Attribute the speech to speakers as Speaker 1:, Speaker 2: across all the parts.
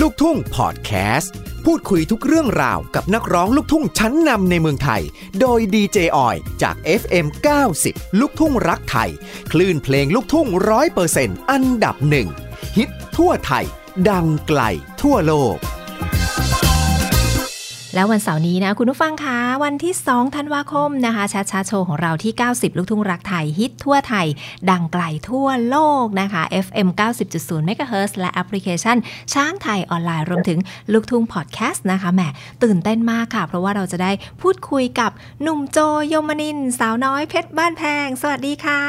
Speaker 1: ลูกทุ่งพอดแคสต์ พูดคุยทุกเรื่องราวกับนักร้องลูกทุ่งชั้นนำในเมืองไทย โดยดีเจออยจาก FM 90 ลูกทุ่งรักไทย คลื่นเพลงลูกทุ่งร้อยเปอร์เซ็นต์อันดับหนึ่งฮิตทั่วไทย ดังไกลทั่วโลก
Speaker 2: แล้ววันเสาร์นี้นะคุณผู้ฟังคะวันที่ 2 ธันวาคมนะคะชาชาโชว์ของเราที่ 90 ลูกทุ่งรักไทย ฮิตทั่วไทย ดังไกลทั่วโลกนะคะ FM 90.0 MHz และแอปพลิเคชัน ช้างไทยออนไลน์รวมถึงลูกทุ่งพอดแคสต์นะคะแหมตื่นเต้นมากค่ะ เพราะว่าเราจะได้พูดคุยกับหนุ่มโจโยมนินทร์สาวน้อยเพชรบ้านแพง สวัสดีค่ะ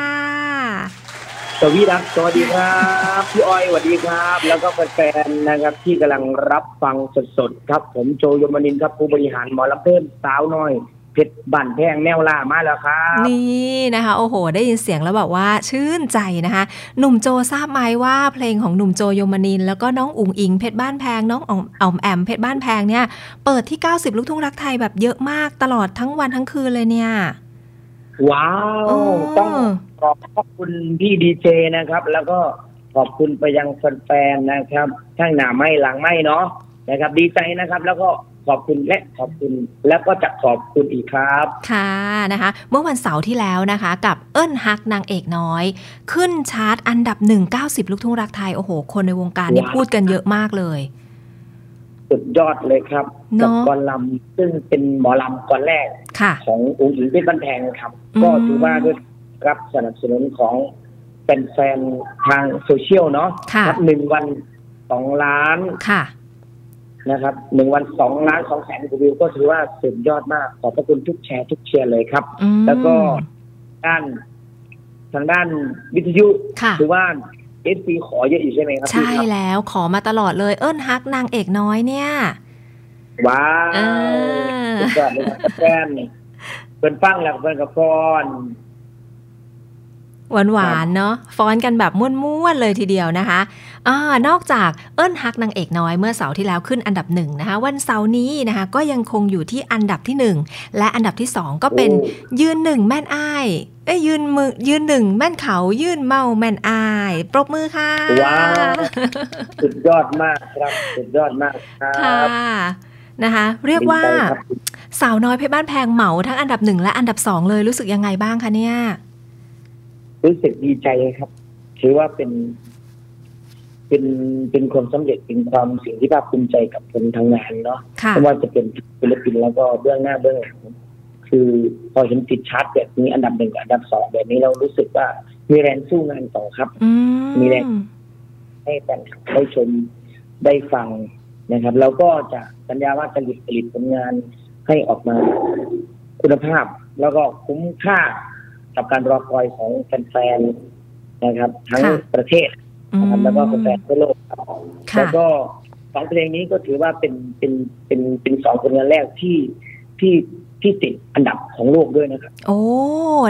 Speaker 3: สวีดักสวัสดีครับพี่อ้อยสวัสดีครับ แล้วก็แฟนๆนะครับ ที่กำลังรับฟังสดๆครับ ผมโจยมนินทร์ครับผู้บริหารหมอลำเพิ่มสาวน้อยเพชรบั่นแพงแนวล่ามาแล้วครับ
Speaker 2: นี่นะคะโอ้โห ได้ยินเสียงแล้วแบบว่าชื่นใจนะคะหนุ่มโจทราบไหมว่าเพลงของหนุ่มโจโยมนิน แล้วก็น้องอุ๋งอิงเพชรบ้านแพงน้องอ๋อมอ๋อมแอมเพชรบ้านแพงเนี่ยเปิดที่ 90 ลูกทุ่งรักไทยแบบเยอะมากตลอดทั้งวันทั้งคืนเลยเนี่ย
Speaker 3: ว้าว
Speaker 2: อ๋อ
Speaker 3: ต้องขอบพระคุณพี่ดีเจนะครับ แล้วก็ขอบคุณไปยังแฟนๆนะครับทั้งหน้าไม่หลังไม่เนาะนะครับ ดีใจนะครับ แล้วก็ขอบคุณและขอบคุณแล้วก็จะขอบคุณอีกครับ
Speaker 2: ค่ะนะคะเมื่อวันเสาร์ที่แล้วนะคะกับเอิ้นฮักนางเอกน้อย ขึ้นชาร์ตอันดับหนึ่ง90 ลูกทุ่งรักไทยโอ้โห คนในวงการนี่
Speaker 3: ว้าว
Speaker 2: พูดกันเยอะมากเลย
Speaker 3: สุดยอดเลยครับ
Speaker 2: เนอะ
Speaker 3: กับกอลัมซึ่งเป็นหมอลำกอนแรก
Speaker 2: ค่ะ
Speaker 3: ขององค์หญิงเพชรบ้านแพงครับ
Speaker 2: อืม
Speaker 3: ก็ถือว่าด้วยรับสนับสนุนของแฟนๆทางโซเชียลเนาะ
Speaker 2: ค่ะ
Speaker 3: ครับหนึ่งวันสองล้าน
Speaker 2: ค่ะ
Speaker 3: นะครับหนึ่งวันสองล้านสองแสนกว่าวิวก็ถือว่าสุดยอดมาก ขอบพระคุณทุกแชร์ทุกเชียร์เลยครับ
Speaker 2: อืม
Speaker 3: แล้วก็ด้านทางด้านวิทยุ
Speaker 2: ค่ะ
Speaker 3: ถือว่าเอสซีขอเยอะอีกใช่ไหมครับ
Speaker 2: ใช่
Speaker 3: พี่ครับ
Speaker 2: แล้วขอมาตลอดเลยเอิ้นฮักนางเอกน้อยเนี่ย
Speaker 3: ว้าว
Speaker 2: เออ
Speaker 3: สุดยอดเลยครับแฟนเปินฟังแล้วเปินกับฟอน
Speaker 2: หวานหวานๆเนาะฟ้อนกันแบบม้วนๆเลยทีเดียวนะคะอ่านอกจากเอิ้นฮักนางเอกน้อยเมื่อเสาร์ที่แล้วขึ้นอันดับหนึ่งนะคะ วันเสาร์นี้นะคะก็ยังคงอยู่ที่อันดับที่หนึ่งและอันดับที่สองก็เป็น
Speaker 3: โอ้
Speaker 2: ยืนหนึ่งแม่นอ้ายเอ้ยยืนมือยืนหนึ่งแม่นเขายืนเมาแม่นอ้ายปรบมือค่ะ
Speaker 3: ว้าวสุดยอดมากครับสุดยอดมากครั
Speaker 2: ค่ะ
Speaker 3: บ
Speaker 2: นะคะ เรียกว่า
Speaker 3: ดีใจครับ
Speaker 2: สาวน้อยเพชรบ้านแพงเหมาทั้งอันดับหนึ่งและอันดับสองเลยรู้สึกยังไงบ้างคะเนี่ย
Speaker 3: รู้สึกดีใจครับ ถือว่าเป็น เป็นเป็นความสำเร็จเป็นความสิ่งที่ภาคภูมิใจกับคนทางงานเนาะ
Speaker 2: ค่ะ
Speaker 3: ไม่ว่าจะเป็นศิลปินแล้วก็เบื้องหน้าเบื้องหลังคือพอเห็นติดชาร์ตแบบนี้อันดับหนึ่งกับอันดับสองแบบนี้เรารู้สึกว่ามีแรงสู้งานต่อครับ
Speaker 2: อื
Speaker 3: มีแรง ให้แฟนคลับได้ชมได้ฟังนะครับ แล้วก็จะสัญญาว่าจะหยุดผลิตผลงานให้ออกมาคุณภาพ แล้วก็คุ้มค่ากับการรอคอยของแฟนๆนะครับ ทั้งประเทศนะครับแล้วก็แฟนๆทั่วโลกครับ
Speaker 2: ค่ะ
Speaker 3: แล้วก็สองเพลงนี้ก็ถือว่าเป็นเป็นเป็นเป็นสองผลงานแรกที่ที่ที่ติดอันดับของโลกด้วยนะครับ
Speaker 2: โอ้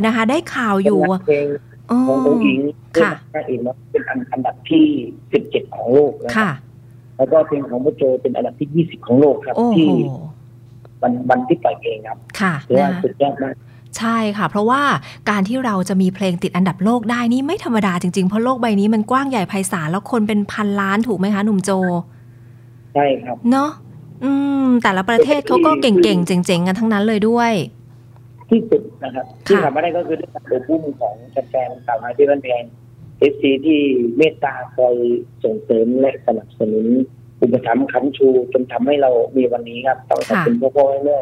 Speaker 2: นะคะ ได้ข่าวอยู่
Speaker 3: ผลงานเพลง
Speaker 2: อ๋อ
Speaker 3: ขององค์หญิง
Speaker 2: ค่ะ
Speaker 3: นางเอกเนาะเป็นอันอันดับที่สิบเจ็ดของโลกนะครับ
Speaker 2: ค่ะ
Speaker 3: แล้วก็เพลงของพ่อโจเป็นอันดับที่ 20 ของโลกครับ
Speaker 2: โอ้โห
Speaker 3: ที่วันวันที่ปล่อยเพลงครับ
Speaker 2: ค่ะ
Speaker 3: ถือว่า
Speaker 2: นะคะ
Speaker 3: สุดยอดมาก
Speaker 2: ใช่ค่ะ เพราะว่าการที่เราจะมีเพลงติดอันดับโลกได้นี่ไม่ธรรมดาจริง ๆ เพราะโลกใบนี้มันกว้างใหญ่ไพศาลแล้วคนเป็นพันล้านถูกไหมคะ หนุ่มโจ
Speaker 3: ใช่ครับ
Speaker 2: เนาะอืม แต่ละประเทศเขาก็เก่งๆ เจ๋งๆ กันทั้งนั้นเลยด้วย
Speaker 3: ที่สุดนะครับ ที่ทำมาได้ก็คือด้วยการอบอุ้มของแฟนๆสาวน้อยที่บ้านแพงเอฟซีที่เมตตาคอยส่งเสริมและสนับสนุน อุปถัมภ์ค้ำชูจนทำให้เรามีวันนี้ครับต้องขอบคุณพ่อพ่อแม่แม่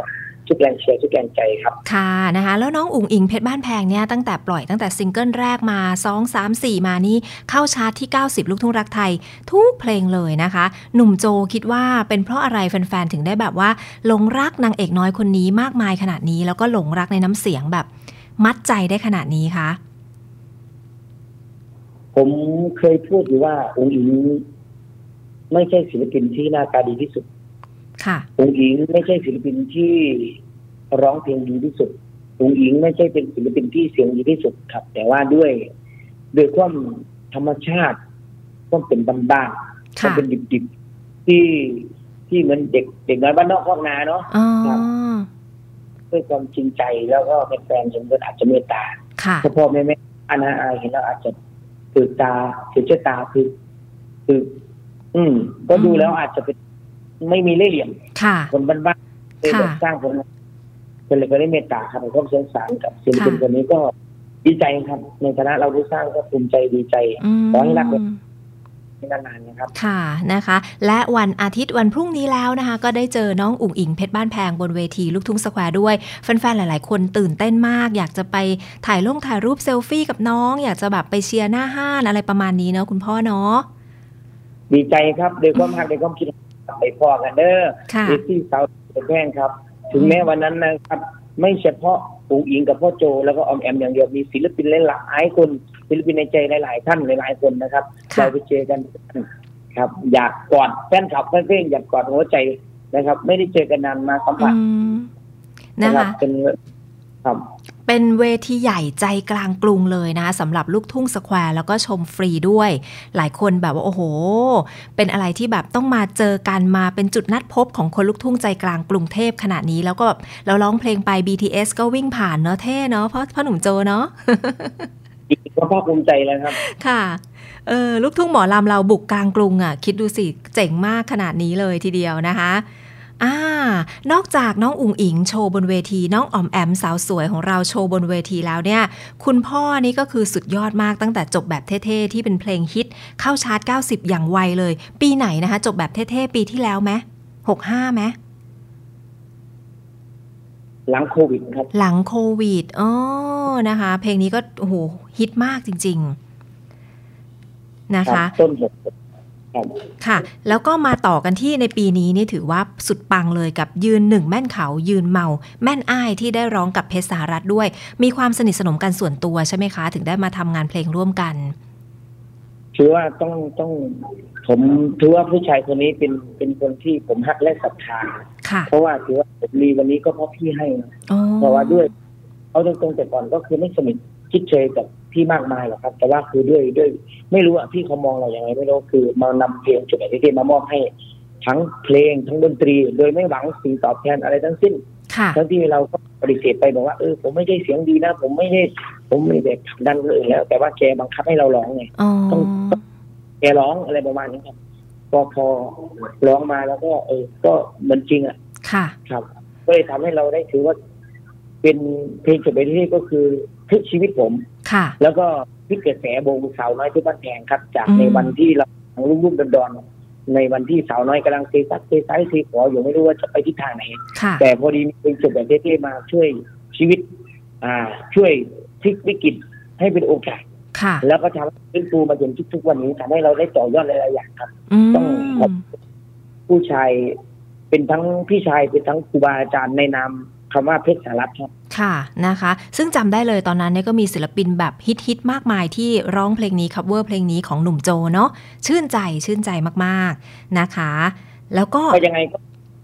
Speaker 3: ทุกแรงเชียร์ทุกแรงใจครับ
Speaker 2: ค่ะนะคะ แล้วน้องอุ๋งอิงเพชรบ้านแพงเนี่ยตั้งแต่ปล่อยตั้งแต่ซิงเกิลแรกมา 2 3 4 มานี่เข้าชาร์ตที่ 90 ลูกทุ่งรักไทย ทุกเพลงเลยนะคะ หนุ่มโจคิดว่าเป็นเพราะอะไรแฟน ๆ ถึงได้แบบว่าหลงรักนางเอกน้อยคนนี้มากมายขนาดนี้ แล้วก็หลงรักในน้ำเสียงแบบมัดใจได้ขนาดนี้คะ
Speaker 3: ผมเคยพูดอยู่ว่าองค์อิงไม่ใช่ศิลปินที่หน้าตาดีที่สุด
Speaker 2: ค่ะ
Speaker 3: องค์อิงไม่ใช่ศิลปินที่ร้องเพลงดีที่สุดองค์อิงไม่ใช่เป็นศิลปินที่เสียงดีที่สุดครับ แต่ว่าด้วยด้วยความธรรมชาติความเป็นบ้านๆความ
Speaker 2: ค่ะ
Speaker 3: เป็นดิบๆที่ที่เหมือนเด็กเด็กน้อยบ้านนอกคอกนาเนาะ
Speaker 2: อ๋อ
Speaker 3: ด้วยความจริงใจแล้วก็แฟนๆผมก็อาจจะเมตตา
Speaker 2: ค่ะ
Speaker 3: ถ้าพ่อแม่แม่อาณาอายเห็นแล้วอาจจะตื่นตาตื่นเชตาคือคือ อืม ก็ดูแล้วอาจจะเป็นไม่มีเล่ห์เหลี่ยม
Speaker 2: ค่ะ
Speaker 3: คนบ้านๆเลย
Speaker 2: ค่ะ
Speaker 3: แบบสร้างผลงานเป็นเลยก็ได้เมตตาครับผมก็สงสารกับศิลปิน
Speaker 2: ค่ะ
Speaker 3: คนนี้ก็ดีใจครับ ในฐานะเราได้สร้างก็ภูมิใจดีใจ
Speaker 2: อืม
Speaker 3: ขอให้รักเลย ที่นานๆนะครับ
Speaker 2: ค่ะนะคะ และวันอาทิตย์วันพรุ่งนี้แล้วนะคะ ก็ได้เจอน้องอุ๋งอิงเพชรบ้านแพงบนเวทีลูกทุ่งสแควร์ด้วย แฟนๆ หลายๆ คนตื่นเต้นมาก อยากจะไปถ่ายลงถ่ายรูปเซลฟี่กับน้อง อยากจะแบบไปเชียร์หน้าห้านอะไรประมาณนี้เนาะคุณพ่อเนาะ
Speaker 3: ดีใจครับโดยความหักโดยความคิดไปพอกันเด้อ
Speaker 2: ค่ะ
Speaker 3: เอซี่สาวแพงครับ ถึงแม้วันนั้นนะครับ ไม่เฉพาะปู่อิงกับพ่อโจ แล้วก็ออมแอมอย่างเดียวมีศิลปินหลายๆคนศิลปินในใจหลายๆท่านหลายๆคนนะครับ
Speaker 2: ค่ะ
Speaker 3: เราไปเจอกันครับ อยากกอดแฟนคลับแฟนเพลงอยากกอดหัวใจนะครับ ไม่ได้เจอกันนานมาสัมผั
Speaker 2: อื
Speaker 3: ส
Speaker 2: มนะ
Speaker 3: รั
Speaker 2: คะ
Speaker 3: บเป็นครับ
Speaker 2: เป็นเวทีใหญ่ใจกลางกรุงเลยนะสำหรับลูกทุ่งสแควร์แล้วก็ชมฟรีด้วย หลายคนแบบว่า โอ้โห เป็นอะไรที่แบบต้องมาเจอกันมาเป็นจุดนัดพบของคนลูกทุ่งใจกลางกรุงเทพขนาดนี้ แล้วก็แบบเราร้องเพลงไป BTS ก็วิ่งผ่านเนาะเท่เนาะเพราะพ่อหนุ่มโจเนาะ
Speaker 3: อีกก็ภาคภูมิใจแล้วครับ
Speaker 2: ค่ะเออลูกทุ่งหมอลำเราบุกกลางกรุงอ่ะ คิดดูสิเจ๋งมากขนาดนี้เลยทีเดียวนะคะอ่านอกจากน้องอุ๋งอิงโชว์บนเวทีน้องออมแอมสาวสวยของเราโชว์บนเวทีแล้วเนี่ย คุณพ่อนี่ก็คือสุดยอดมากตั้งแต่จบแบบเท่ๆ ที่เป็นเพลงฮิต เข้าชาร์ต 90 อย่างไวเลย ปีไหนนะคะ จบแบบเท่ๆ ปีที่แล้วไหมหกห้าไหม
Speaker 3: หลังโควิดครับ
Speaker 2: หลังโควิดอ๋อนะคะ เพลงนี้ก็โอ้โหฮิตมากจริง ๆ นะ
Speaker 3: ค
Speaker 2: คะ
Speaker 3: รับ ต้นหกครับ
Speaker 2: ค่ะ แล้วก็มาต่อกันที่ในปีนี้นี่ถือว่าสุดปังเลยกับยืนหนึ่งแม่นเขายืนเมา แม่นอ้ายที่ได้ร้องกับเพชรสหรัฐด้วย มีความสนิทสนมกันส่วนตัวใช่ไหมคะ ถึงได้มาทำงานเพลงร่วมกัน
Speaker 3: ถือว่าต้องต้อง ผมถือว่าผู้ชายคนนี้เป็นเป็นคนที่ผมฮักและศรัทธา
Speaker 2: ค่ะ
Speaker 3: เพราะว่าถือว่าผมมีวันนี้ก็เพราะพี่ให้นะ
Speaker 2: อ๋อ
Speaker 3: เพราะว่าด้วยเอาตรงๆแต่ก่อนก็คือไม่สนิทคิดเชยกับพี่มากมายหรอกครับ แต่ว่าคือด้วยด้วย ไม่รู้อะพี่เขามองเราอย่างไรไม่รู้คือมานำเพลงจุดไหนที่พี่มามอบให้ ทั้งเพลงทั้งดนตรี โดยไม่หวังสิ่งตอบแทนอะไรทั้งสิ้น
Speaker 2: ค่ะ
Speaker 3: ทั้งที่เราก็ปฏิเสธไปบอกว่าเออผมไม่ได้เสียงดีนะ ผมไม่ได้ผมไม่ได้ผลักดันคนอื่นแล้ว แต่ว่าแกบังคับให้เราร้องไง
Speaker 2: อ๋อ
Speaker 3: แกร้องอะไรประมาณนี้ครับพอพอร้องมาแล้วก็ เออ ก็เหมือนจริงอ่ะ
Speaker 2: ค่ะ
Speaker 3: ครับ ก็เลยทำให้เราได้ถือว่า เป็นเพลงจบไปที่ก็คือพลิกชีวิตผม
Speaker 2: ค่ะ
Speaker 3: แล้วก็พลิกกระแสวงสาวน้อยที่บ้านแพงครับ จาก
Speaker 2: อืม
Speaker 3: ในวันที่เรารุ่มๆดอนๆในวันที่สาวน้อยกำลังเซซัดเซซ้ายเซขวาอยู่ไม่รู้ว่าจะไปทิศทางไหน
Speaker 2: ค่ะ
Speaker 3: แต่พอดีมีเป็นจุดแบบเท่ๆมาช่วยชีวิต อ่า ช่วยพลิกวิกฤตให้เป็นโอกาส
Speaker 2: ค่ะ
Speaker 3: แล้วก็ทำให้ฟื้นฟูมาจนทุกๆวันนี้ทำให้เราได้ต่อยอดหลายๆอย่างครับ
Speaker 2: อื
Speaker 3: ต้องขอบ
Speaker 2: ม
Speaker 3: คุณผู้ชายเป็นทั้งพี่ชายเป็นทั้งครูบาอาจารย์ในนามคำว่าเพชรสารัตครับ
Speaker 2: ค่ะนะคะ ซึ่งจำได้เลยตอนนั้นเนี่ยก็มีศิลปินแบบฮิตฮิตๆมากมายที่ร้องเพลงนี้คัฟเวอร์เพลงนี้ของหนุ่มโจเนาะชื่นใจชื่นใจมากๆนะคะ แล้วก็
Speaker 3: ก็ยังไงก็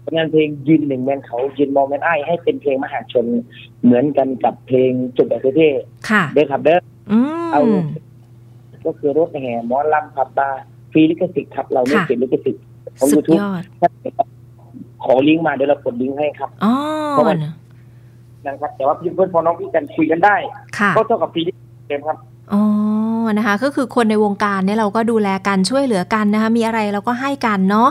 Speaker 3: ผลงานเพลงยืนหนึ่งแมนเขายืนมองแมนไอ้ายให้เป็นเพลงมหาชนเหมือนกันกับเพลงจุดแบบเท่
Speaker 2: ค่ะ
Speaker 3: ๆเด้อครับเด้อ
Speaker 2: อื
Speaker 3: เอา
Speaker 2: ม
Speaker 3: ก็คือรถแห่หมอลำขับตาร์ฟรีลิขสิทธิ์ครับเราไม่
Speaker 2: ค่ะ
Speaker 3: เสียลิขสิทธิ์ของ
Speaker 2: สุ
Speaker 3: ยู
Speaker 2: ด
Speaker 3: ทูบ
Speaker 2: ยอด
Speaker 3: ขอลิงก์มาเดี๋ยวเรากดลิงก์ให้ครับ
Speaker 2: อ๋อ
Speaker 3: เพราะว่า นะครับ แต่ว่าพี่เพื่อนพอน้องพี่กันคุยกันได้
Speaker 2: ค่ะ
Speaker 3: ก็เท่ากับฟรีลิขสิทธิ์เต็มครับ
Speaker 2: อ๋อนะคะ ก็คือคนในวงการเนี่ยเราก็ดูแลกันช่วยเหลือกันนะคะ มีอะไรเราก็ให้กันเนาะ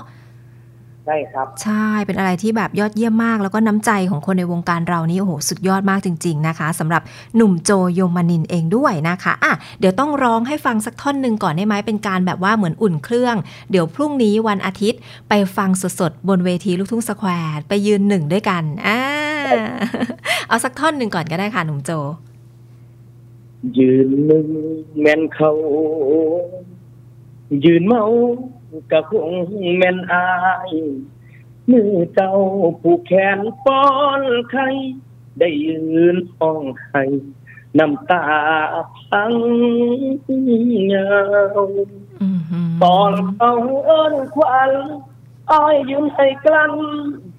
Speaker 3: ใช่ครับ
Speaker 2: ใช่ เป็นอะไรที่แบบยอดเยี่ยมมาก แล้วก็น้ำใจของคนในวงการเรานี่โอ้โหสุดยอดมากจริง ๆ นะคะสำหรับหนุ่มโจโยมานินเองด้วยนะคะอ่ะเดี๋ยวต้องร้องให้ฟังสักท่อนหนึ่งก่อนได้ไหมเป็นการแบบว่าเหมือนอุ่นเครื่อง เดี๋ยวพรุ่งนี้วันอาทิตย์ไปฟังสดๆ บนเวทีลูกทุ่งสแควร์ไปยืนหนึ่งด้วยกันอ่าเอาสักท่อนหนึ่งก่อนก็ได้ค่ะหนุ่มโจ
Speaker 3: ยืนหนึ่งแม่นเขา ยืนเมากะคงแม่นอายมือเจ้าผูกแขนป้อนไข่ได้ยืนห้องไข่น้ำตาพังยาว
Speaker 2: อือหือ
Speaker 3: ตอนเขาเอิ้นควันอ้ายยืนให้กลั้น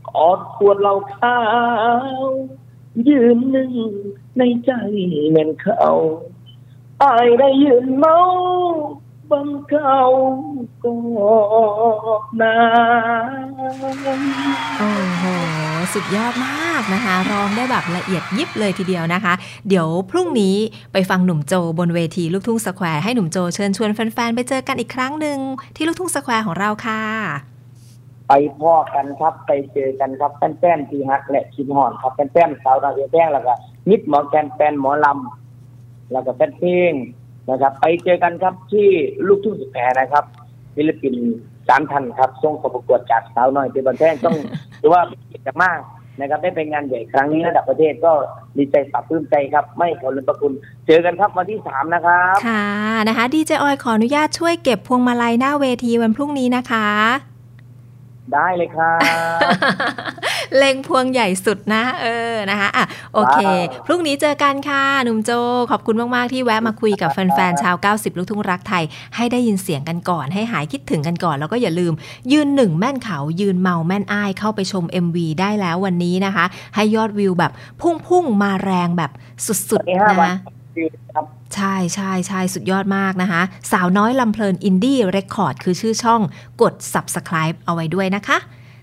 Speaker 3: กอดขวดเหล้าขาว ยืนหนึ่งในใจเหมือนเขาอ้ายได้ยืนเมาบังเขากอดน้ำ
Speaker 2: โอ้โห สุดยอดมากนะคะ ร้องได้แบบละเอียดยิบเลยทีเดียวนะคะ เดี๋ยวพรุ่งนี้ไปฟังหนุ่มโจบนเวทีลูกทุ่งสแควร์ให้หนุ่มโจเชิญชวนแฟนๆ ไปเจอกันอีกครั้งหนึ่งที่ลูกทุ่งสแควร์ของเราค่ะ
Speaker 3: ไปพ่อกันครับไปเจอกันครับแป้นๆที่ฮักและคิมหอนครับแป้นๆสาวดาวเรืองแป้งแล้วก็นิดหมอแกนแฟนหมอลำแล้วก็แป้นเพลงนะครับ ไปเจอกันครับที่ลูกทุ่งสุดแผนะครับศิลปินสามท่านครับทรงขประกวดจากสาวน้อยเป็นบันแท่ง ต้องถือว่าเป็นเกียรติมากนะครับ ได้เป็นงานใหญ่ครั้งนี้ระดับประเทศก็ดีใจปรับปลื้มใจครับ ไม่ขอลืมประคุณ เจอกันครับวันที่สามนะครับ
Speaker 2: ค่ะนะคะดีเจออยขออนุญาตช่วยเก็บพวงมาลัยหน้าเวทีวันพรุ่งนี้นะคะ
Speaker 3: ได้เลยครับ
Speaker 2: เล็งพวงใหญ่สุดนะ เออนะคะอ่ะโอเค พรุ่งนี้เจอกันค่ะ หนุ่มโจ ขอบคุณมาก ๆ ที่แวะมาคุยกับแฟน ๆ ชาว 90 ลูกทุ่งรักไทย ให้ได้ยินเสียงกันก่อน ให้หายคิดถึงกันก่อน แล้วก็อย่าลืม ยืนหนึ่งแม่นเขา ยืนเมาแม่นอ้าย เข้าไปชม MV ได้แล้ววันนี้นะคะ ให้ยอดวิวแบบพุ่ง ๆ มาแรงแบบสุด
Speaker 3: วันนี้
Speaker 2: ๆ
Speaker 3: ห้า
Speaker 2: นะ
Speaker 3: วัน
Speaker 2: คะ
Speaker 3: ครับ
Speaker 2: ใช่ใช่ใช่สุดยอดมากนะคะ สาวน้อยลำเพลินอินดี้เรคคอร์ดคือชื่อช่อง กด subscribe เอาไว้ด้วยนะคะ